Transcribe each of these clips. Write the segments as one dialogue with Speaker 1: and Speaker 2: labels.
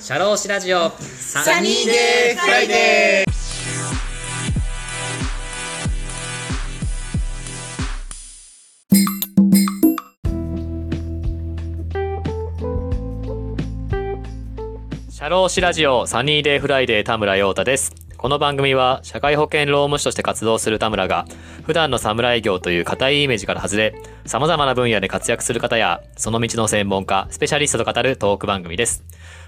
Speaker 1: シャローシラジオサ
Speaker 2: ニーデーフライデ
Speaker 1: ーシャローシラジオサニーデーフライデー田村陽太ですこの番組は社会保険労務士として活動する田村が普段の侍業という固いイメージから外れ様々な分野で活躍する方やその道の専門家スペシャリストと語るトーク番組です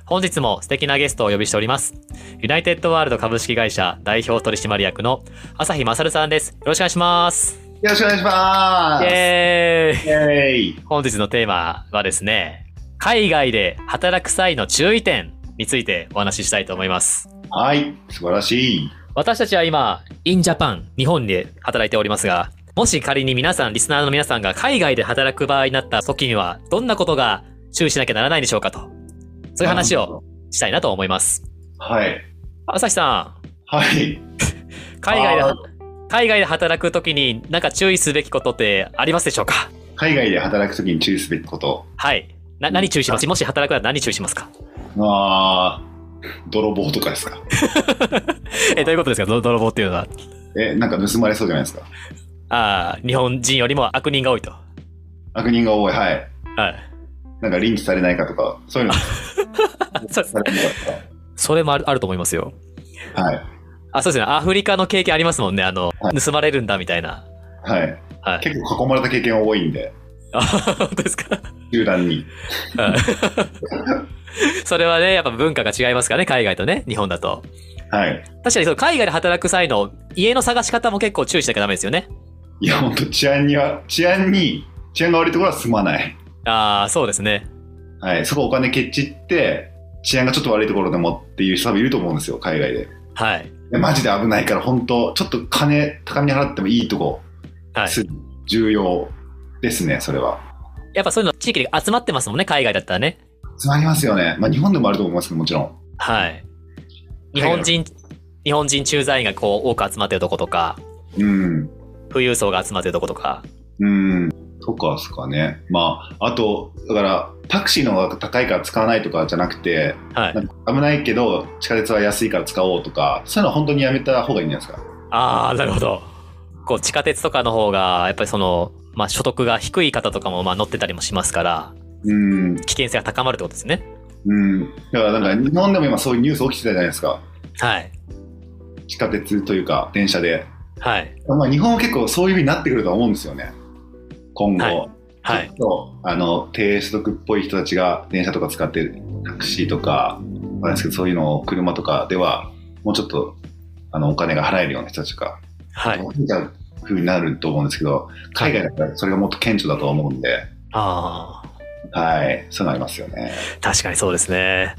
Speaker 1: 本日も素敵なゲストをお呼びしております。ユナイテッドワールド株式会社代表取締役の朝日勝さんです。よろしくお願いします。
Speaker 2: よろしくお願いしま
Speaker 1: イ
Speaker 2: す。
Speaker 1: エーイ
Speaker 2: イエーイ。
Speaker 1: 本日のテーマはですね、海外で働く際の注意点についてお話ししたいと思います。
Speaker 2: はい、素晴らしい。
Speaker 1: 私たちは今、in Japan、日本で働いておりますが、もし仮に皆さん、リスナーの皆さんが海外で働く場合になった時には、どんなことが注意しなきゃならないでしょうかと、そういう話を。したいなと思います。
Speaker 2: はい。
Speaker 1: 朝日さん、
Speaker 2: はい。
Speaker 1: 海外で
Speaker 2: あー
Speaker 1: 海外で働くときに何か注意すべきことってありますでしょうか
Speaker 2: 海外で働くときに注意すべきこと。
Speaker 1: はいな何注意しますもし働くなら何注意しますか
Speaker 2: あー、泥棒とかですか。
Speaker 1: えどういうことですかど泥棒っていうのは
Speaker 2: え、なんか盗まれそうじゃないですか。
Speaker 1: あー日本人よりも悪人が多いと
Speaker 2: 悪人が多い。はい。
Speaker 1: はい
Speaker 2: なんかリンチされないかとか、そういうの。
Speaker 1: そうです
Speaker 2: されるのか
Speaker 1: それもあるあると思いますよ
Speaker 2: と かはい。
Speaker 1: あそうですねアフリカの経験ありますもんねあの、
Speaker 2: は
Speaker 1: 盗まれるんだみたいな
Speaker 2: はい。
Speaker 1: はい
Speaker 2: 結構囲まれた経験多いんで、
Speaker 1: あ本当ですか
Speaker 2: 集団に。
Speaker 1: はいそれはねやっぱ文化が違いますからね海外とね日本だと
Speaker 2: はい。
Speaker 1: 確かにその海外で働く際の家の探し方も結構注意しなきゃダメですよね
Speaker 2: いや、ほんと治安には、治安に、治安が悪いところは住まない。
Speaker 1: ああそうですね
Speaker 2: はい。そこお金ケチって、治安がちょっと悪いところでもっていう人多分いると思うんですよ、海外で。
Speaker 1: はい
Speaker 2: いやマジで危ないから本当ちょっと金高めに払ってもいいとこ、
Speaker 1: はい、
Speaker 2: す重要ですねそれは
Speaker 1: やっぱそういうの地域で集まってますもんね海外だったらね
Speaker 2: つまりますよねまあ日本でもあると思いますけどもちろん
Speaker 1: はい日本人日本人駐在員がこう多く集まってるとことか
Speaker 2: うん
Speaker 1: 富裕層が集まってるとことか
Speaker 2: うんとかですかねまああとだからタクシーの方が高いから使わないとかじゃなくて
Speaker 1: はい
Speaker 2: なんか危ないけど地下鉄は安いから使おうとかそういうのは本当にやめた方がいいんじゃないですか
Speaker 1: ああなるほどこう地下鉄とかの方がやっぱりその、まあ、所得が低い方とかもまあ乗ってたりもしますから
Speaker 2: うん
Speaker 1: 危険性が高まるってことですね
Speaker 2: うんだからなんか日本でも今そういうニュース起きてたじゃないですか
Speaker 1: はい
Speaker 2: 地下鉄というか電車で
Speaker 1: はい
Speaker 2: まあ、日本は結構そういうふうになってくるとは思うんですよね、今後。
Speaker 1: はいはい
Speaker 2: ちょっとあの低所得っぽい人たちが電車とか使ってるタクシーとか、わかんないですけどそういうのを車とかでは、もうちょっとあのお金が払えるような人たちが、
Speaker 1: はい
Speaker 2: どういうふうになると思うんですけど、海外だったらそれがもっと顕著だと思うんで、
Speaker 1: ああ
Speaker 2: はい、そういうのありますよね。
Speaker 1: 確かにそうですね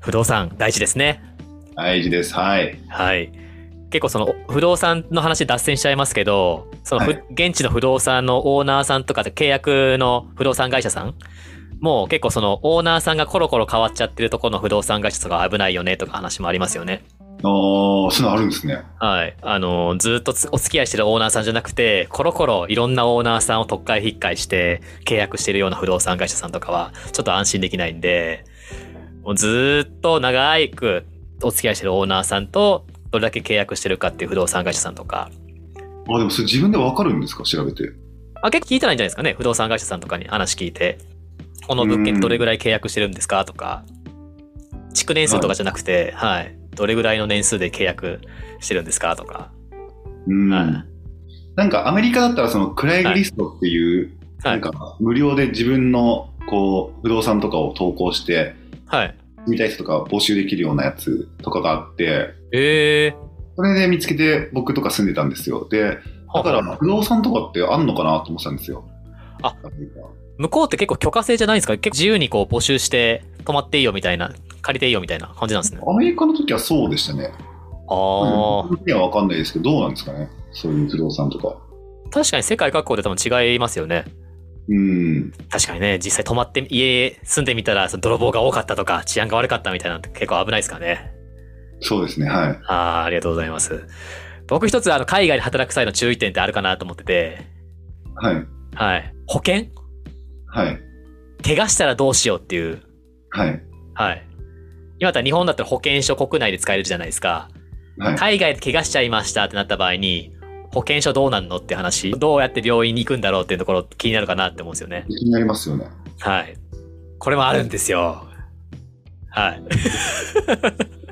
Speaker 1: 不動産大事ですね
Speaker 2: 大事です、はい。
Speaker 1: はい。結構その不動産の話脱線しちゃいますけど、そのふ、
Speaker 2: はい
Speaker 1: 現地の不動産のオーナーさんとかで契約の不動産会社さんもう結構そのオーナーさんがコロコロ変わっちゃってるところの不動産会社とか危ないよねとか話もありますよね。
Speaker 2: おー、そういうのあるんですね。
Speaker 1: はい。あの、ずっとつお付き合いしてるオーナーさんじゃなくて、コロコロいろんなオーナーさんを特会引っかいして契約してるような不動産会社さんとかはちょっと安心できないんで、もうずっと長いくお付き合いしてるオーナーさんとどれだけ契約してるかっていう不動産会社さんとか、
Speaker 2: あでもそれ自分でわかるんですか、調べて。
Speaker 1: あ結構聞いたらいいんじゃないですかね。不動産会社さんとかに話聞いて、この物件どれぐらい契約してるんですかとか、築年数とかじゃなくて、はい。どれぐらいの年数で契約してるんですかとか。
Speaker 2: うん
Speaker 1: はい
Speaker 2: なんかアメリカだったらそのクライグリストっていう、
Speaker 1: はい
Speaker 2: なんか無料で自分のこう不動産とかを投稿して
Speaker 1: はい。
Speaker 2: 見たい人とか募集できるようなやつとかがあって
Speaker 1: えー。
Speaker 2: それで見つけて僕とか住んでたんですよでだから不動産とかってあんのかなと思ってたんですよ
Speaker 1: あ
Speaker 2: アメリカ
Speaker 1: 向こうって結構許可制じゃないんですか結構自由にこう募集して泊まっていいよみたいな借りていいよみたいな感じなんですね
Speaker 2: アメリカの時はそうでした
Speaker 1: あ
Speaker 2: ね
Speaker 1: あ
Speaker 2: 僕には分かんないですけどどうなんですかねそういう不動産とか
Speaker 1: 確かに世界各国で多分違いますよね
Speaker 2: うん
Speaker 1: 確かにね実際泊まって家住んでみたらその泥棒が多かったとか治安が悪かったみたいなのって結構危ないですからね
Speaker 2: そうですねはい
Speaker 1: あーありがとうございます僕一つあの海外で働く際の注意点ってあるかなと思ってて
Speaker 2: はい
Speaker 1: はい保険
Speaker 2: はい
Speaker 1: 怪我したらどうしようっていう
Speaker 2: はい
Speaker 1: はい今だったら日本だったら保険証国内で使えるじゃないですか。
Speaker 2: はい、
Speaker 1: 海外で怪我しちゃいましたってなった場合に、保険証どうなんのって話、どうやって病院に行くんだろうっていうところ気になるかなって思うんですよね。
Speaker 2: 気になりますよね。
Speaker 1: はい。これもあるんですよ。はい。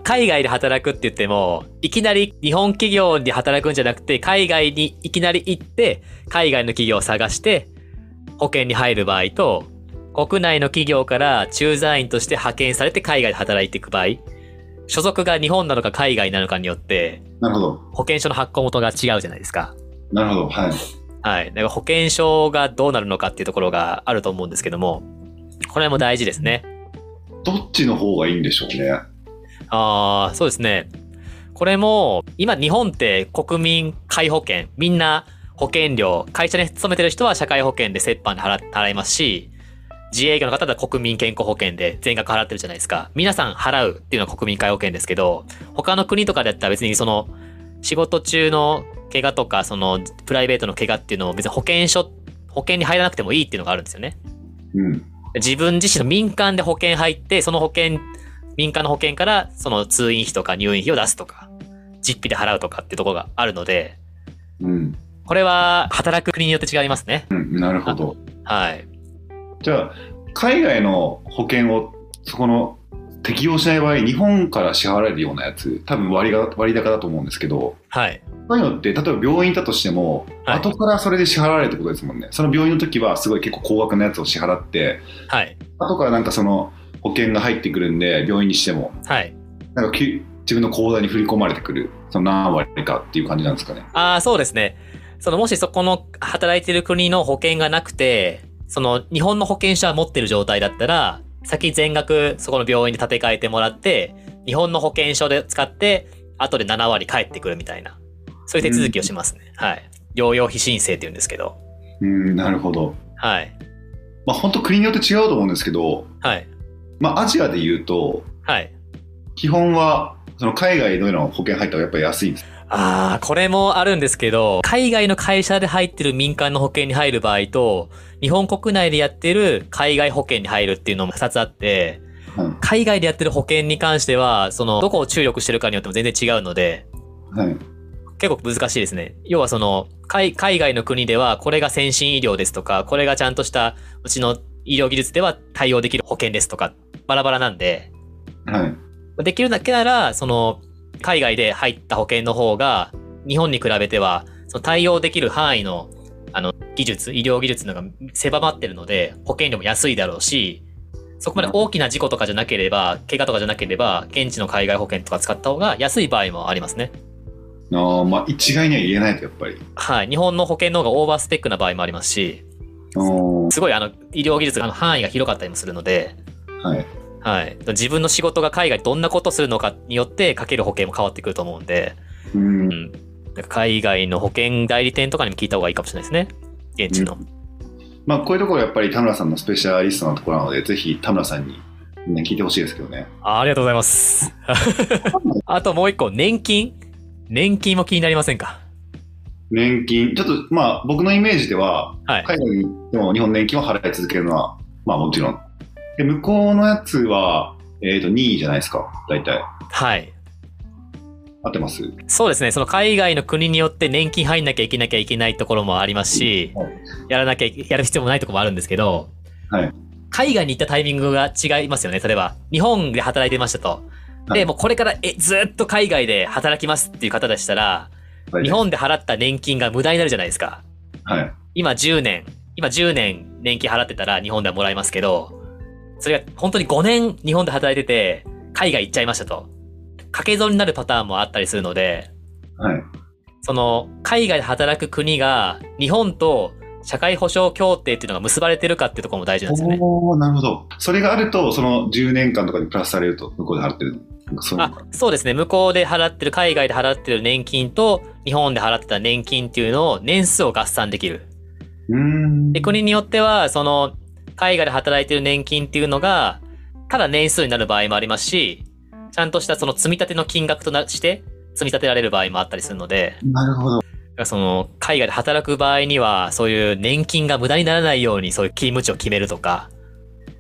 Speaker 1: 海外で働くって言っても、いきなり日本企業で働くんじゃなくて、海外にいきなり行って、海外の企業を探して、保険に入る場合と、国内の企業から駐在員として派遣されて海外で働いていく場合、所属が日本なのか海外なのかによって、
Speaker 2: なるほど。
Speaker 1: 保険証の発行元が違うじゃないですか。
Speaker 2: なるほど。はい。
Speaker 1: はい。だから保険証がどうなるのかっていうところがあると思うんですけども、これも大事ですね。
Speaker 2: どっちの方がいいんでしょうね。
Speaker 1: ああ、そうですね。これも、今日本って国民皆保険、みんな保険料、会社に勤めてる人は社会保険で折半で払払いますし、自営業の方だと国民健康保険で全額払ってるじゃないですか。皆さん払うっていうのは国民皆保険ですけど、他の国とかだったら別にその、仕事中の怪我とか、その、プライベートの怪我っていうのを別に保険証、保険に入らなくてもいいっていうのがあるんですよね。
Speaker 2: うん。
Speaker 1: 自分自身の民間で保険入って、その保険、民間の保険からその通院費とか入院費を出すとか、実費で払うとかってところがあるので、
Speaker 2: うん。
Speaker 1: これは働く国によって違いますね。
Speaker 2: うん。なるほど。
Speaker 1: はい。
Speaker 2: じゃあ、海外の保険をそこの適用しない場合、日本から支払われるようなやつ、多分割が割高だと思うんですけど、
Speaker 1: はい。
Speaker 2: そういうのって、例えば病院だとしても、
Speaker 1: はい
Speaker 2: 後からそれで支払われるってことですもんね。その病院の時は、すごい結構高額なやつを支払って、
Speaker 1: はい。
Speaker 2: 後からなんかその保険が入ってくるんで、病院にしても、
Speaker 1: はい。
Speaker 2: なんかき自分の口座に振り込まれてくる、その何割かっていう感じなんですかね。
Speaker 1: ああ、そうですね。その、もしそこの働いてる国の保険がなくて、その、日本の保険証は持ってる状態だったら、先全額そこの病院で立て替えてもらって、日本の保険証で使って、後で7割返ってくるみたいな、そういう手続きをしますね。はい。療養費申請って言うんですけど。
Speaker 2: うん、なるほど。
Speaker 1: はい。
Speaker 2: まあ、本当国によって違うと思うんですけど、
Speaker 1: はい。
Speaker 2: まあ、アジアで言うと、
Speaker 1: はい。
Speaker 2: 基本はその海外のような保険入った方がやっぱり安いんです
Speaker 1: ああ、これもあるんですけど、海外の会社で入ってる民間の保険に入る場合と、日本国内でやってる海外保険に入るっていうのも2つあって、
Speaker 2: は
Speaker 1: 海外でやってる保険に関しては、その、どこを注力してるかによっても全然違うので、
Speaker 2: い、はい、
Speaker 1: 結構難しいですね。要はその、海海外の国では、これが先進医療ですとか、これがちゃんとした、うちの医療技術では対応できる保険ですとか、バラバラなんで、
Speaker 2: はい、
Speaker 1: できるだけなら、その、海外で入った保険の方が、日本に比べては、その対応できる範囲の、あの、技術、医療技術のが狭まってるので、保険料も安いだろうし、そこまで大きな事故とかじゃなければ、怪我とかじゃなければ、現地の海外保険とか使った方が安い場合もありますね。
Speaker 2: あーまあ一概には言えないとやっぱり
Speaker 1: はい。日本の保険の方がオーバースペックな場合もありますし、
Speaker 2: あー
Speaker 1: すごいあの、医療技術があの範囲が広かったりもするので、
Speaker 2: はい
Speaker 1: はい。自分の仕事が海外でどんなことするのかによって、かける保険も変わってくると思うんで、
Speaker 2: う
Speaker 1: うんん、なんか海外の保険代理店とかにも聞いた方がいいかもしれないですね。現地の。
Speaker 2: まあこういうところはやっぱり田村さんのスペシャリストなところなのでぜひ田村さんにみんな聞いてほしいですけどね
Speaker 1: あありがとうございます。 あともう一個、年金年金も気になりませんか
Speaker 2: 年金ちょっとまあ僕のイメージでは
Speaker 1: はい。
Speaker 2: 海外に行っても日本年金を払い続けるのはまあもちろんで向こうのやつはえっ、と2位じゃないですか大体
Speaker 1: はい。
Speaker 2: 合ってます
Speaker 1: そうですね。その海外の国によって年金入んなきゃいけなきゃいけないところもありますし
Speaker 2: は、
Speaker 1: やらなきゃ、やる必要もないところもあるんですけど、
Speaker 2: はい
Speaker 1: 海外に行ったタイミングが違いますよね。例えば、日本で働いてましたと。
Speaker 2: は
Speaker 1: で、
Speaker 2: い
Speaker 1: もうこれからえずっと海外で働きますっていう方でしたら、
Speaker 2: 大体
Speaker 1: 日本で払った年金が無駄になるじゃないですか。
Speaker 2: はい
Speaker 1: 今10年、今10年年金払ってたら日本ではもらえますけど、それが本当に5年日本で働いてて、海外行っちゃいましたと。掛け損になるパターンもあったりするので、
Speaker 2: はい
Speaker 1: その、海外で働く国が日本と社会保障協定っていうのが結ばれてるかっていうところも大事なんですよね。
Speaker 2: おおなるほど。それがあると、その10年間とかにプラスされると、向こうで払ってる。なんかそういうの
Speaker 1: あ
Speaker 2: が
Speaker 1: そうですね向こうで払ってる海外で払ってる年金と日本で払ってた年金っていうのを年数を合算できる
Speaker 2: うーん。
Speaker 1: で国によってはその海外で働いてる年金っていうのがただ年数になる場合もありますしちゃんとしたその積み立ての金額となして積み立てられる場合もあったりするので
Speaker 2: なるほど。
Speaker 1: その海外で働く場合にはそういう年金が無駄にならないようにそういう勤務地を決めるとか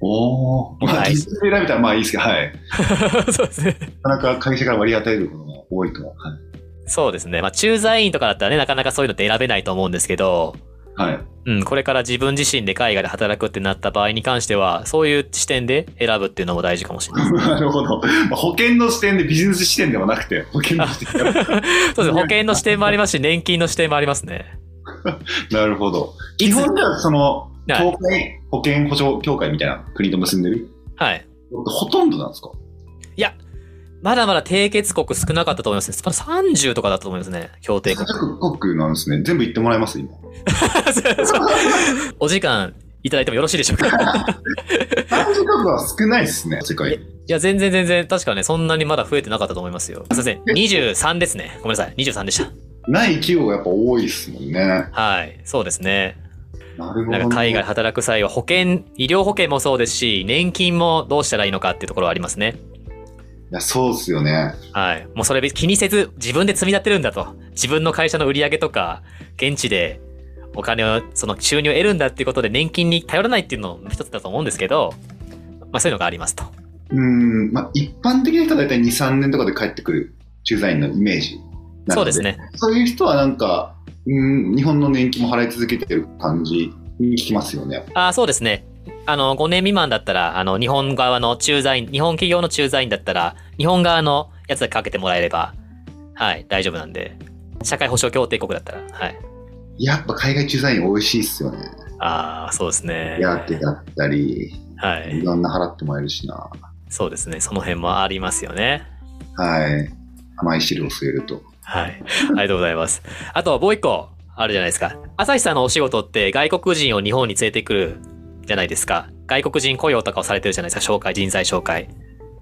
Speaker 2: おお。ま
Speaker 1: は
Speaker 2: あ、
Speaker 1: い
Speaker 2: 実質選べたらまあいいですけど、はい。
Speaker 1: そうですね。
Speaker 2: なかなか会社から割り当てることが多いと思
Speaker 1: そうですね。まあ、駐在員とかだったらね、なかなかそういうのって選べないと思うんですけど、
Speaker 2: う。はい。 はい。
Speaker 1: うん、これから自分自身で海外で働くってなった場合に関しては、そういう視点で選ぶっていうのも大事かもしれない。
Speaker 2: なるほど。まあ、保険の視点でビジネス視点ではなくて、保険の視点から
Speaker 1: そうですね。保険の視点もありますし、年金の視点もありますね。
Speaker 2: なるほど。
Speaker 1: いつ
Speaker 2: 基本ではその、
Speaker 1: はい
Speaker 2: 東海保険保障協会みたいな国と結んでる
Speaker 1: はい。
Speaker 2: ほとんどなんですか
Speaker 1: いや、まだまだ締結国少なかったと思いますね。まだ30とかだったと思いますね。協定 国。
Speaker 2: 各国なんですね。全部言ってもらえま す今。
Speaker 1: お時間いただいてもよろしいでしょうか
Speaker 2: 三十国は少ないですね、世界。
Speaker 1: いや、全然全然、確かね、そんなにまだ増えてなかったと思いますよ。すいません。23ですね。ごめんなさい。23でした。
Speaker 2: ない企業がやっぱ多いですもんね。な
Speaker 1: はい。そうですね。
Speaker 2: るほど。
Speaker 1: なんか海外で働く際は保険、医療保険もそうですし、年金もどうしたらいいのかっていうところはありますね。
Speaker 2: いやそうですよね。
Speaker 1: はい。もうそれ気にせず自分で積み立てるんだと。自分の会社の売り上げとか、現地でお金を、その収入を得るんだっていうことで年金に頼らないっていうのも一つだと思うんですけど、まあそういうのがありますと。
Speaker 2: うん、まあ一般的な人は大体2、3年とかで帰ってくる駐在員のイメージなの
Speaker 1: そうですね。
Speaker 2: そういう人はなんか、うん、日本の年金も払い続けてる感じに聞きますよね。
Speaker 1: あーそうですね。あの、5年未満だったら、あの、日本側の駐在員、日本企業の駐在員だったら、日本側のやつだけかけてもらえれば、はい、大丈夫なんで。社会保障協定国だったら、はい。
Speaker 2: やっぱ海外駐在員美味しいっすよね。
Speaker 1: ああ、そうですね。
Speaker 2: やってだったり、
Speaker 1: はいい。
Speaker 2: ろんな払ってもらえるしな。
Speaker 1: そうですね。その辺もありますよね。
Speaker 2: はい。甘い汁を吸えると。
Speaker 1: はい。ありがとうございます。あと、もう一個、あるじゃないですか。朝日さんのお仕事って、外国人を日本に連れてくるじゃないですか。外国人雇用とかをされてるじゃないですか。紹介、人材紹介。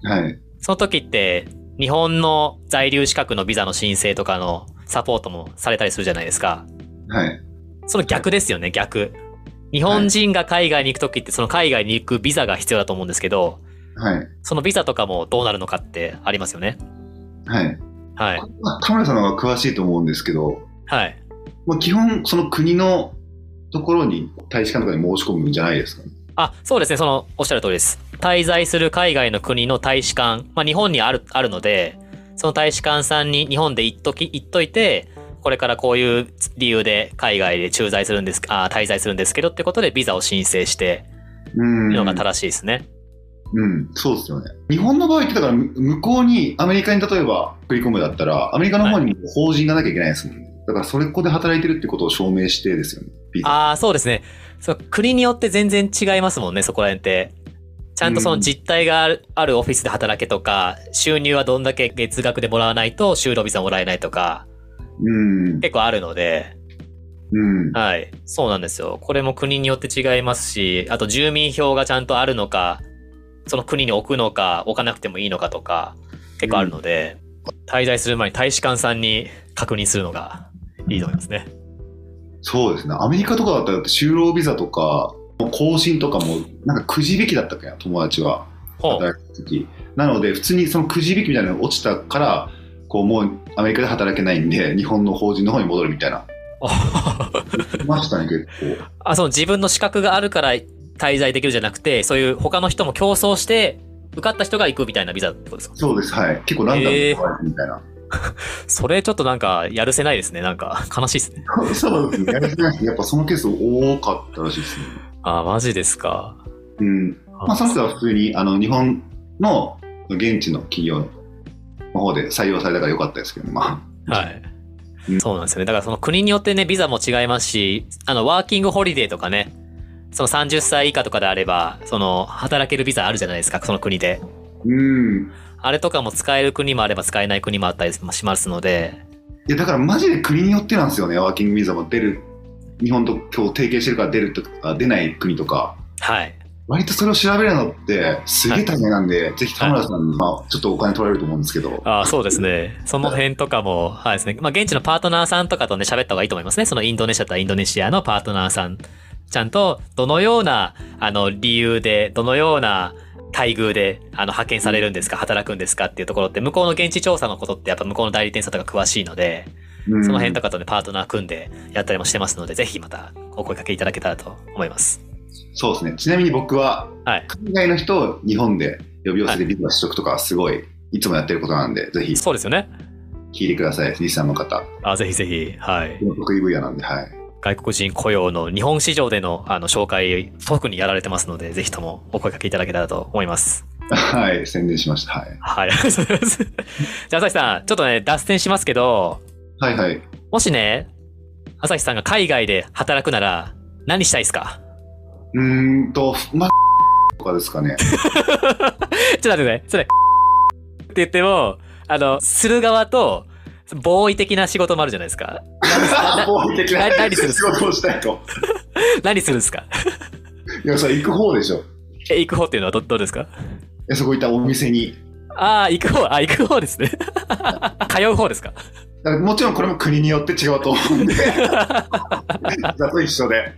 Speaker 2: はい。
Speaker 1: その時って、日本の在留資格のビザの申請とかのサポートもされたりするじゃないですか。
Speaker 2: はい。
Speaker 1: その逆ですよね、逆。日本人が海外に行く時って、その海外に行くビザが必要だと思うんですけど、
Speaker 2: はい。
Speaker 1: そのビザとかもどうなるのかってありますよね。
Speaker 2: はい。
Speaker 1: はい。
Speaker 2: まあ田村さんの方が詳しいと思うんですけど、
Speaker 1: はい。
Speaker 2: まあ、基本、その国のところに大使館とかに申し込むんじゃないですかね。
Speaker 1: あ、そうですね。その、おっしゃる通りです。滞在する海外の国の大使館、まあ、日本にある、あるので、その大使館さんに日本で行っとき、行っといて、これからこういう理由で海外で駐在するんです、あ滞在するんですけどってことでビザを申請して、
Speaker 2: うん。
Speaker 1: いうのが正しいですね。
Speaker 2: うん、そうですよね。日本の場合って、だからむ向こうに、アメリカに例えば送り込むだったら、アメリカの方にも法人がなきゃいけないですもんね。だから、それここで働いてるってことを証明してですよね。ビザ。
Speaker 1: ああ、そうですね。その国によって全然違いますもんね、そこら辺って。ちゃんとその実態があるあるオフィスで働けとか、収入はどんだけ月額でもらわないと就労ビザもらえないとか、
Speaker 2: うん。
Speaker 1: 結構あるので、
Speaker 2: うん。
Speaker 1: はい。そうなんですよ。これも国によって違いますし、あと住民票がちゃんとあるのか、その国に置くのか、置かなくてもいいのかとか、結構あるので、滞在する前に大使館さんに確認するのがいいと思いますね。
Speaker 2: そうですね。アメリカとかだったら、就労ビザとか、更新とかも、なんかくじ引きだったっけな、友達は。
Speaker 1: ほう。
Speaker 2: 働く時なので普通にそのくじ引きみたいなのが落ちたからこうもうアメリカで働けないんで日本の法人の方に戻るみたいないましたね結構
Speaker 1: あ、その自分の資格があるから滞在できるじゃなくて、そういう他の人も競争して、受かった人が行くみたいなビザってことですか
Speaker 2: そうですはい結構ランダムに変わるみたいな、
Speaker 1: それちょっとなんか、やるせないですね。なんか、悲しいですね。
Speaker 2: そうですねやりづらいですやっぱそのケース多かったらしいですね
Speaker 1: あー、マジですか。
Speaker 2: うんまあその人は普通にあの日本の現地の企業の方で採用されたから良かったですけどま
Speaker 1: はい。
Speaker 2: うん
Speaker 1: そうなんですよね。だからその国によってね、ビザも違いますし、あの、ワーキングホリデーとかね、その30歳以下とかであれば、その、働けるビザあるじゃないですか、その国で。
Speaker 2: あうん
Speaker 1: あれとかも使える国もあれば使えない国もあったりもしますので、
Speaker 2: いやだからマジで国によってなんですよねワーキングビザも出る日本と今日提携してるから出るとか出ない国とか
Speaker 1: はい。
Speaker 2: 割とそれを調べるのってすげえ大変なんで、ぜひ田村さんに、まあ、ちょっとお金取られると思うんですけど、
Speaker 1: ああ、そうですね。その辺とかも、はいですね。まあ、現地のパートナーさんとかとね、喋った方がいいと思いますね。そのインドネシアとインドネシアのパートナーさん。ちゃんと、どのような、あの、理由で、どのような待遇で、あの、派遣されるんですか、働くんですかっていうところって、向こうの現地調査のことって、やっぱ向こうの代理店さんとか詳しいので、
Speaker 2: うん
Speaker 1: その辺とかとね、パートナー組んでやったりもしてますので、ぜひまたお声掛けいただけたらと思います。
Speaker 2: そうですね。ちなみに僕は、
Speaker 1: はい
Speaker 2: 海外の人を日本で呼び寄せてビザ取得とかはすごい、いつもやってることなんで、ぜひ
Speaker 1: そうですよね。
Speaker 2: 聞いてください、リスナーの方。
Speaker 1: あぜひぜひ、はい。
Speaker 2: 得意分野なんで、はい。
Speaker 1: 外国人雇用の日本市場でのあの紹介、特にやられてますので、ぜひともお声掛けいただけたらと思います。
Speaker 2: はい、宣伝しました。はい。
Speaker 1: はい。 ありがとうございますじゃあ、朝日さん、ちょっとね、脱線しますけど、
Speaker 2: はいはい。
Speaker 1: もしね、朝日さんが海外で働くなら、何したいですか
Speaker 2: うーんと、ま、とかです かね。
Speaker 1: ちょっと待ってください。それ、 って言っても、あの、する側と、防衛的な仕事もあるじゃないですか。な
Speaker 2: 法律的な
Speaker 1: な何する
Speaker 2: 仕事をしたいと。
Speaker 1: 何するんですか
Speaker 2: いや、それ行く方でしょ。
Speaker 1: え、行く方っていうのはど、どうですか
Speaker 2: えそこ行ったお店に。
Speaker 1: ああ、行く方、あ、行く方ですね。 通う方ですか
Speaker 2: だからもちろんこれも国によって違うと思う んで。だと一緒で。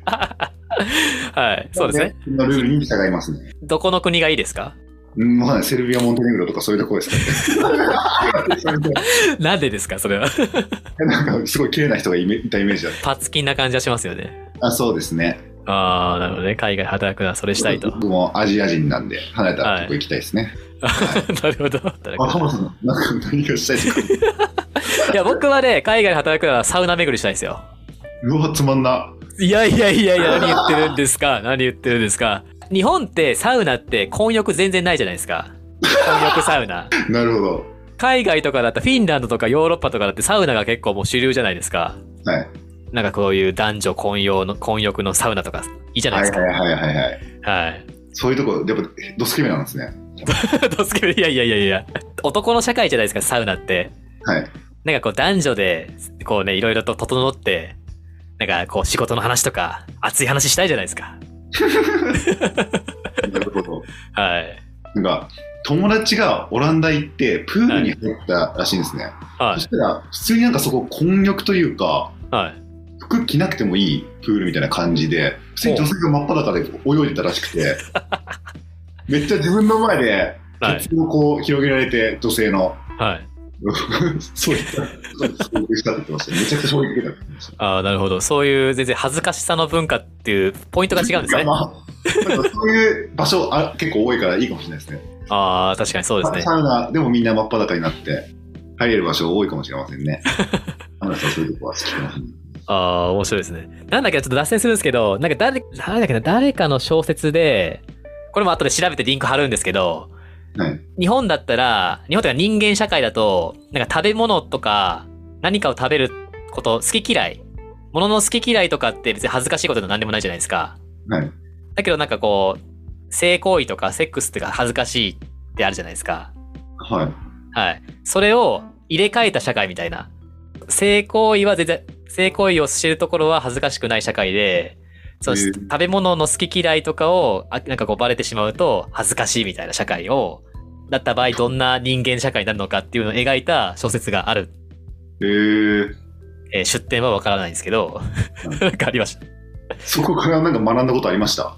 Speaker 1: はい、そうですね。。
Speaker 2: 国のルールに従いますね。
Speaker 1: どこの国がいいですか
Speaker 2: うん、わかんない。セルビア、モンテネグロとかそういうとこですかね。そ れで
Speaker 1: なんでですかそれは。
Speaker 2: なんかすごい綺麗な人がいめいたイメージだっ
Speaker 1: パツキンな感じはしますよね。
Speaker 2: た。あ、そうですね。
Speaker 1: ああ、なるほどね。海外働くならそれしたいと。
Speaker 2: 僕もアジア人なんで、離れたとこ行きたいですね。
Speaker 1: なるほど。
Speaker 2: あ、浜田さん、なんか何がしたいですか
Speaker 1: いや、僕はね、海外で働くならサウナ巡りしたいですよ。
Speaker 2: うわ、つまんな。
Speaker 1: いやいやいやいや、何言ってるんですか 何言ってるんですか日本ってサウナって混浴全然ないじゃないですか。混浴サウナ。
Speaker 2: なるほど。
Speaker 1: 海外とかだったらフィンランドとかヨーロッパとかだってサウナが結構もう主流じゃないですか。
Speaker 2: はい。
Speaker 1: なんかこういう男女混用の、混浴のサウナとかいいじゃない
Speaker 2: は
Speaker 1: で
Speaker 2: い
Speaker 1: すか。
Speaker 2: はいはいはいはい。
Speaker 1: はい。
Speaker 2: そういうとこ、やっぱドスケベな んですね。
Speaker 1: どうすけいやいやいやいや男の社会じゃないですかサウナって
Speaker 2: はい。
Speaker 1: なんかこう男女でこうねいろいろと整ってなんかこう仕事の話とか熱い話したいじゃないですか
Speaker 2: なるほど。
Speaker 1: はい
Speaker 2: なんか、友達がオランダ行って、プールに入ったらしいんですね。
Speaker 1: は
Speaker 2: そしたら、普通になんかそこ、混浴というか、
Speaker 1: いはい
Speaker 2: 服着なくてもいいプールみたいな感じで、普通に女性が真っ裸で泳いでたらし くて、めっちゃ自分の前で、
Speaker 1: はい
Speaker 2: ケツをこう広げられて、女性の、
Speaker 1: はい
Speaker 2: そういった、そうしたって言ってました。めちゃくちゃ衝撃受けたって言ってました。
Speaker 1: ああなるほどそういう全然恥ずかしさの文化っていうポイントが違うんですね
Speaker 2: まあなんかそういう場所あ結構多いからいいかもしれないですね。
Speaker 1: ああ確かにそうですね
Speaker 2: サウナでもみんな真っ裸になって入れる場所多いかもしれませ んね。あなたはそういうとこは好きかもしれない
Speaker 1: ああ面白いですねなんだっけちょっと脱線するんですけどなんか誰誰だっけな誰かの小説でこれも後で調べてリンク貼るんですけど
Speaker 2: はい、
Speaker 1: 日本だったら日本というか人間社会だとなんか食べ物とか何かを食べること好き嫌い物の好き嫌いとかって別に恥ずかしいことでも何でもないじゃないですか
Speaker 2: はい、
Speaker 1: だけどなんかこう性行為とかセックスとか恥ずかしいってあるじゃないですか
Speaker 2: はい、
Speaker 1: はいそれを入れ替えた社会みたいな性行為は全然性行為をしてるところは恥ずかしくない社会でその
Speaker 2: へえ
Speaker 1: 食べ物の好き嫌いとかをあなんかこうバレてしまうと恥ずかしいみたいな社会をだった場合どんな人間社会になるのかっていうのを描いた小説がある、
Speaker 2: えー、
Speaker 1: えー出典はわからないんですけど なんかありました
Speaker 2: そこからなんか学んだことありました。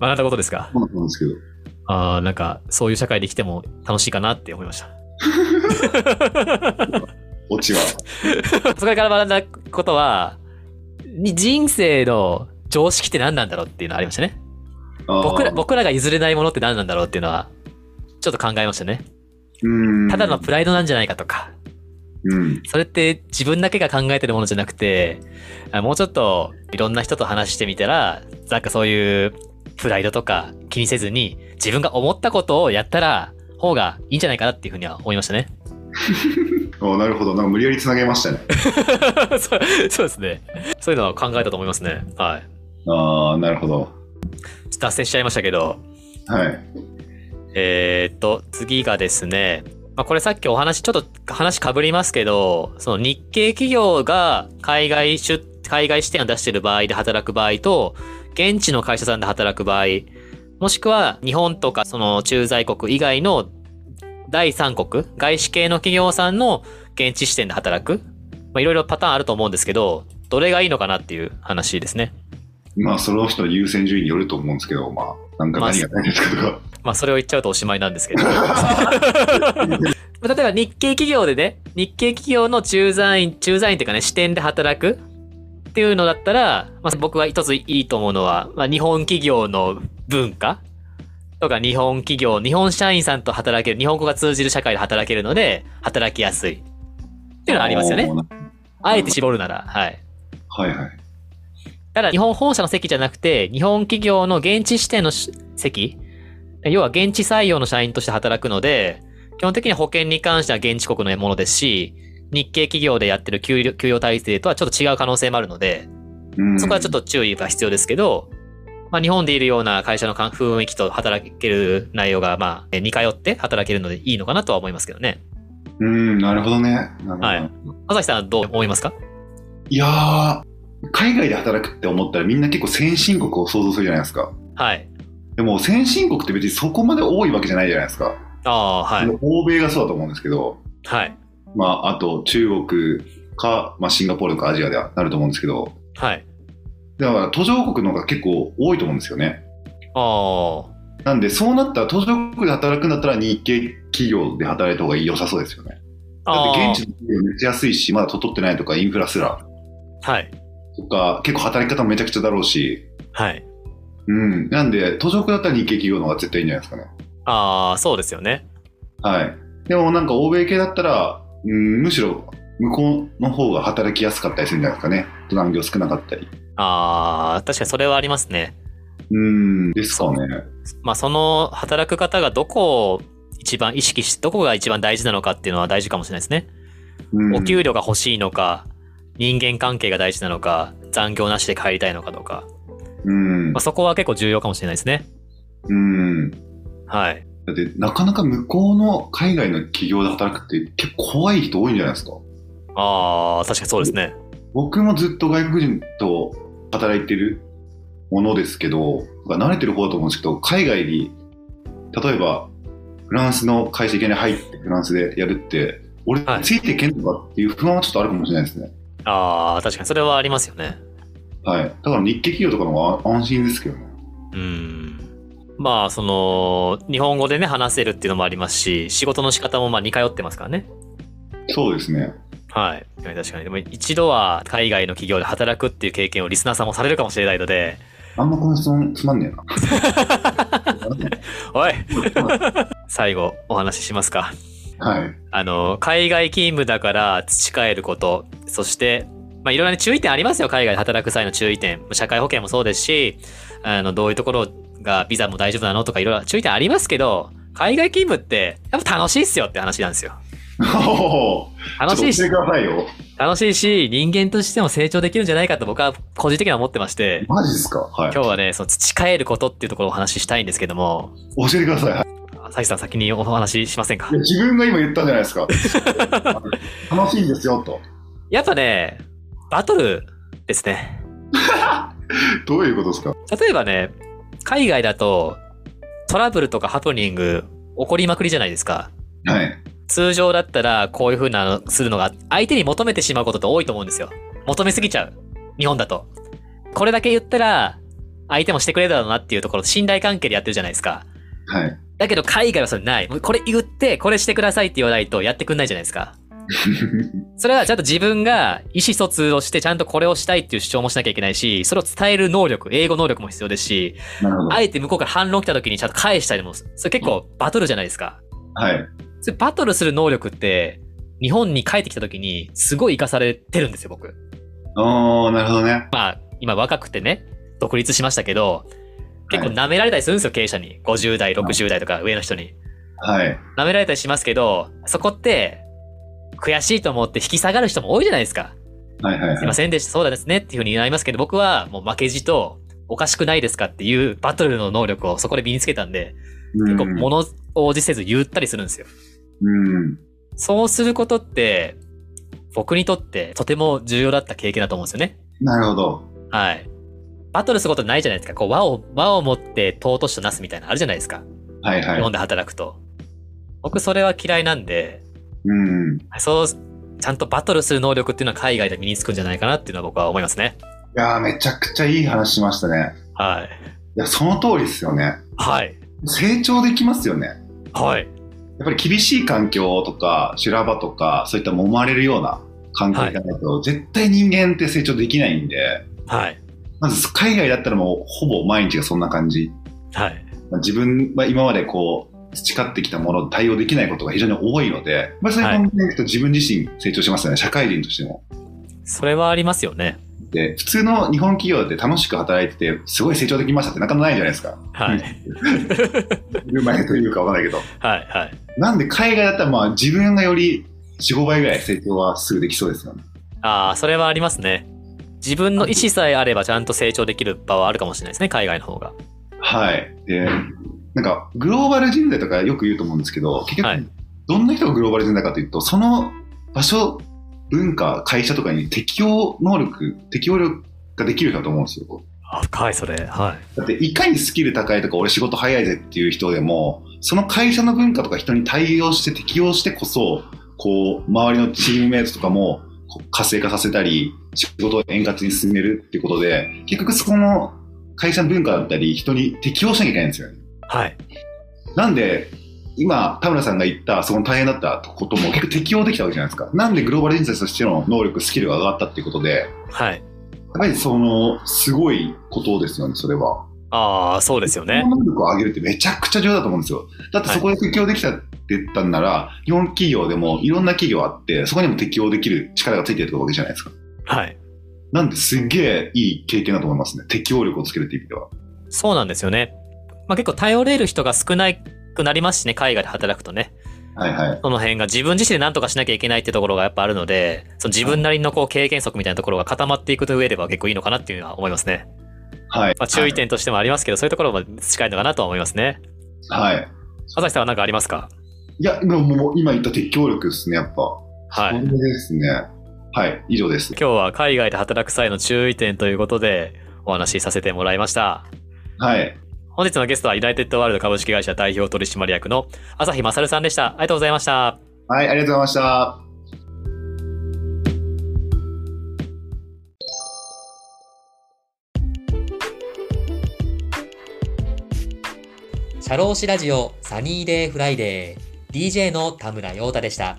Speaker 1: 学んだことですか
Speaker 2: そうなんですけど。
Speaker 1: あーなんかそういう社会で生きても楽しいかなって思いました
Speaker 2: オチは。
Speaker 1: それから学んだことはに人生の常識って何なんだろうっていうのはありましたね
Speaker 2: あー
Speaker 1: 僕ら僕らが譲れないものって何なんだろうっていうのはちょっと考えましたね
Speaker 2: うん
Speaker 1: ただのプライドなんじゃないかとか
Speaker 2: うん。
Speaker 1: それって自分だけが考えてるものじゃなくてあもうちょっといろんな人と話してみたらなんかそういうプライドとか気にせずに自分が思ったことをやったら方がいいんじゃないかなっていうふうには思いました ね
Speaker 2: あなるほど。なんか無理やりつなげましたね。
Speaker 1: そうそうですねそういうのは考えたと思いますねはい
Speaker 2: ああ、なるほど。
Speaker 1: ちょっと脱線しちゃいましたけど
Speaker 2: はい。
Speaker 1: えーっと、次がですね、まあ、これさっきお話、ちょっと話かぶりますけど、その日系企業が海外出、海外支店を出してる場合で働く場合と、現地の会社さんで働く場合、もしくは日本とかその駐在国以外の第三国、外資系の企業さんの現地支店で働く、まあ、いろいろパターンあると思うんですけど、どれがいいのかなっていう話ですね。
Speaker 2: まあ、その人の優先順位によると思うんですけど、まあ、なんか何が大事ですかとか。
Speaker 1: まあそれを言っちゃうとおしまいなんですけど。例えば日系企業でね、日系企業の駐在員、駐在員というかね、支店で働くっていうのだったら、まあ、僕は一ついいと思うのは、まあ、日本企業の文化とか日本企業、日本社員さんと働ける、日本語が通じる社会で働けるので、働きやすい。っていうのはありますよね。あえて絞るなら、はい。
Speaker 2: はいはい。
Speaker 1: ただ、日本本社の席じゃなくて、日本企業の現地支店のし席、要は現地採用の社員として働くので、基本的には保険に関しては現地国のものですし、日系企業でやってる給料給与体制とはちょっと違う可能性もあるので、
Speaker 2: うん
Speaker 1: そこはちょっと注意が必要ですけど、まあ、日本でいるような会社のか雰囲気と働ける内容が、まあ、え似通って働けるのでいいのかなとは思いますけどね。
Speaker 2: うん、なるほどね。なるほど
Speaker 1: はい朝日さんはどう思いますか
Speaker 2: いやー、海外で働くって思ったらみんな結構先進国を想像するじゃないですか。
Speaker 1: はい。
Speaker 2: でも先進国って別にそこまで多いわけじゃないじゃないですか。
Speaker 1: ああ、はい。
Speaker 2: 欧米がそうだと思うんですけど、
Speaker 1: はい。
Speaker 2: まあ、あと中国か、まあ、シンガポールかアジアではなると思うんですけど、
Speaker 1: はい。
Speaker 2: だから途上国の方が結構多いと思うんですよね。
Speaker 1: ああ、は
Speaker 2: なんで、そうなったら途上国で働くんだったら日系企業で働いた方が良さそうですよね。だって現地の企業めっちゃ安いし、まだ整ってないとかインフラすら
Speaker 1: はい。
Speaker 2: とか、結構働き方もめちゃくちゃだろうし、
Speaker 1: はい。
Speaker 2: うん。なんで、途上国だったら日系企業の方が絶対いいんじゃないですかね。
Speaker 1: ああ、そうですよね。
Speaker 2: はい。でもなんか欧米系だったら、うん、むしろ向こうの方が働きやすかったりするんじゃないですかね。残業少なかったり。
Speaker 1: ああ、確かにそれはありますね。
Speaker 2: うん、ですかね。
Speaker 1: まあ、その働く方がどこを一番意識し、どこが一番大事なのかっていうのは大事かもしれないですね。
Speaker 2: うん、
Speaker 1: お給料が欲しいのか、人間関係が大事なのか、残業なしで帰りたいのかとか、
Speaker 2: うん
Speaker 1: まあ、、そこは結構重要かもしれないですね。
Speaker 2: うん。だ
Speaker 1: はい。
Speaker 2: って、なかなか向こうの海外の企業で働くって結構怖い人多いんじゃないですか。
Speaker 1: ああ、確かにそうですね。
Speaker 2: 僕もずっと外国人と働いてるものですけど、慣れてる方だと思うんですけど、海外に、例えば、フランスの会社いきなり入ってフランスでやるって、俺
Speaker 1: はい
Speaker 2: ついていけんのかっていう不安はちょっとあるかもしれないですね。
Speaker 1: ああ、確かにそれはありますよね。
Speaker 2: はい。だから日系企業とかの方が安心ですけどね。
Speaker 1: うん。まあ、その、日本語でね、話せるっていうのもありますし、仕事の仕方もまあ似通ってますからね。
Speaker 2: そうですね。
Speaker 1: はい。確かに確かに。でも一度は海外の企業で働くっていう経験をリスナーさんもされるかもしれないので、
Speaker 2: あんまこの質問つまんねえな。
Speaker 1: おい最後お話ししますか。
Speaker 2: はい。
Speaker 1: あの、海外勤務だから培えること、そして、まあ、いろんなね注意点ありますよ、海外で働く際の注意点。社会保険もそうですし、あの、どういうところがビザも大丈夫なのとかいろいろ注意点ありますけど、海外勤務って、やっぱ楽しいっすよって話なんですよ。
Speaker 2: おー
Speaker 1: 楽しいし
Speaker 2: ちょっ、と教えてくださいよ。
Speaker 1: 楽しいし、人間としても成長できるんじゃないかと僕は個人的には思ってまして、
Speaker 2: マジですかはい。教
Speaker 1: 今日はね、その培えることっていうところをお話ししたいんですけども、
Speaker 2: えてください。はい
Speaker 1: 朝日さん先にお話ししませんか
Speaker 2: いや自分が今言ったんじゃないで すか。楽しいんですよ、と。
Speaker 1: やっぱね、バトルですね。
Speaker 2: どういうことですか
Speaker 1: 例えばね、海外だとトラブルとかハプニング起こりまくりじゃないですか。
Speaker 2: はい。
Speaker 1: 通常だったらこういう風なのするのが相手に求めてしまうことって多いと思うんですよ。求めすぎちゃう。日本だと。これだけ言ったら相手もしてくれるだろうなっていうところ信頼関係でやってるじゃないですか。
Speaker 2: はい。
Speaker 1: だけど海外はそれない。これ言って、これしてくださいって言わないとやってくんないじゃないですか。それはちゃんと自分が意思疎通をして、ちゃんとこれをしたいっていう主張もしなきゃいけないし、それを伝える能力、英語能力も必要ですし、
Speaker 2: なるほど。
Speaker 1: あえて向こうから反論来た時にちゃんと返したりもする。それ結構バトルじゃないですか。
Speaker 2: はい。
Speaker 1: それバトルする能力って、日本に帰ってきた時にすごい活かされてるんですよ、僕。
Speaker 2: おー、なるほどね。
Speaker 1: まあ、今若くてね、独立しましたけど、結構舐められたりするんですよ、経営者に。50代、60代とか上の人に。
Speaker 2: はい。
Speaker 1: 舐められたりしますけど、そこって、悔しいと思って引き下がる人も多いじゃないですか。
Speaker 2: はいはい
Speaker 1: す
Speaker 2: はい
Speaker 1: ま
Speaker 2: い。
Speaker 1: せんでした、そうだですねっていうふうになりますけど、僕はもう負けじと、おかしくないですかっていうバトルの能力をそこで身につけたんで、結構物応じせず言ったりするんですよ。
Speaker 2: うん。うん。
Speaker 1: そうすることって、僕にとってとても重要だった経験だと思うんですよね。
Speaker 2: なるほど。
Speaker 1: はい。バトルすることないじゃないですか。こう、輪を、輪を持って尊しとなすみたいなのあるじゃないですか。
Speaker 2: はい
Speaker 1: 日
Speaker 2: はい。
Speaker 1: 本で働くと。僕それは嫌いなんで、
Speaker 2: うん。い
Speaker 1: そう、ちゃんとバトルする能力っていうのは海外で身につくんじゃないかなっていうのは僕は思いますね。
Speaker 2: やー、めちゃくちゃいい話しましたね。
Speaker 1: はい。
Speaker 2: いや、その通りですよね。
Speaker 1: はい。
Speaker 2: 成長できますよね。
Speaker 1: はい。
Speaker 2: やっぱり厳しい環境とか、修羅場とか、そういった揉まれるような環境行かないと、絶対人間って成長できないんで、
Speaker 1: はい。
Speaker 2: まず海外だったらもうほぼ毎日がそんな感じ。
Speaker 1: はい。
Speaker 2: まあ自分は今までこう、培ってきたもの、対応できないことが非常に多いので、まあ、そういう考えていくと自分自身成長しますよね、社会人としても。
Speaker 1: それはありますよね。
Speaker 2: で、普通の日本企業で楽しく働いてて、すごい成長できましたってなかなかないじゃないですか。
Speaker 1: はい。
Speaker 2: うまいというかわかんないけど。
Speaker 1: はい。はい。
Speaker 2: なんで海外だったらまあ自分がより4、5倍ぐらい成長はすぐできそうですよね。
Speaker 1: ああ、それはありますね。自分の意思さえあればちゃんと成長できる場はあるかもしれないですね、海外の方が。
Speaker 2: はい。で、なんかグローバル人材とかよく言うと思うんですけど、結
Speaker 1: はい
Speaker 2: 局どんな人がグローバル人材かというと、その場所、文化、会社とかに適応能力、適応力ができる人だと思うんですよ。
Speaker 1: あ深い、それ。はい。
Speaker 2: だっていかにスキル高いとか俺仕事早いぜっていう人でもその会社の文化とか人に対応して適応してこそこう周りのチームメイトとかもこう活性化させたり仕事を円滑に進めるっていうことで結局そこの会社の文化だったり人に適応しなきゃいけないんですよね
Speaker 1: はい。
Speaker 2: なんで今田村さんが言ったその大変だったことも 結局適応できたわけじゃないですかなんでグローバル人材としての能力スキルが上がったっていうことで
Speaker 1: はい。
Speaker 2: やっぱりそのすごいことですよねそれは。
Speaker 1: ああ、そうですよね
Speaker 2: そ。の能力を上げるってめちゃくちゃ重要だと思うんですよ。だってそこで適応できたって言ったんなら、日本企業でもいろんな企業あって、そこにも適応できる力がついてるってわけじゃないですか。
Speaker 1: はい。
Speaker 2: なんですげえいい経験だと思いますね。適応力をつけるっていう意味では。
Speaker 1: そうなんですよね。まあ結構頼れる人が少なくなりますしね、海外で働くとね。
Speaker 2: はいはい。
Speaker 1: その辺が自分自身で何とかしなきゃいけないってところがやっぱあるので、その自分なりのこう経験則みたいなところが固まっていく上では結構いいのかなっていうのは思いますね。
Speaker 2: はい。
Speaker 1: まあ、注意点としてもありますけど、そういうところも近いのかなとは思いますね。
Speaker 2: はい。
Speaker 1: 朝日さんは何かありますか
Speaker 2: いや、でももう今言った適応力ですね、やっぱ。
Speaker 1: はい。
Speaker 2: これですね。はい。以上です。
Speaker 1: 今日は海外で働く際の注意点ということでお話しさせてもらいました。
Speaker 2: はい。
Speaker 1: 本日のゲストはユナイテッドワールド株式会社代表取締役の朝日勝さんでした。ありがとうございました。
Speaker 2: はい、ありがとうございました。
Speaker 3: シャローシラジオサニーデーフライデー DJ の田村陽太でした。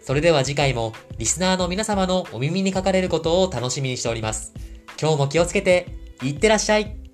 Speaker 3: それでは次回もリスナーの皆様のお耳にかかれることを楽しみにしております。今日も気をつけていってらっしゃい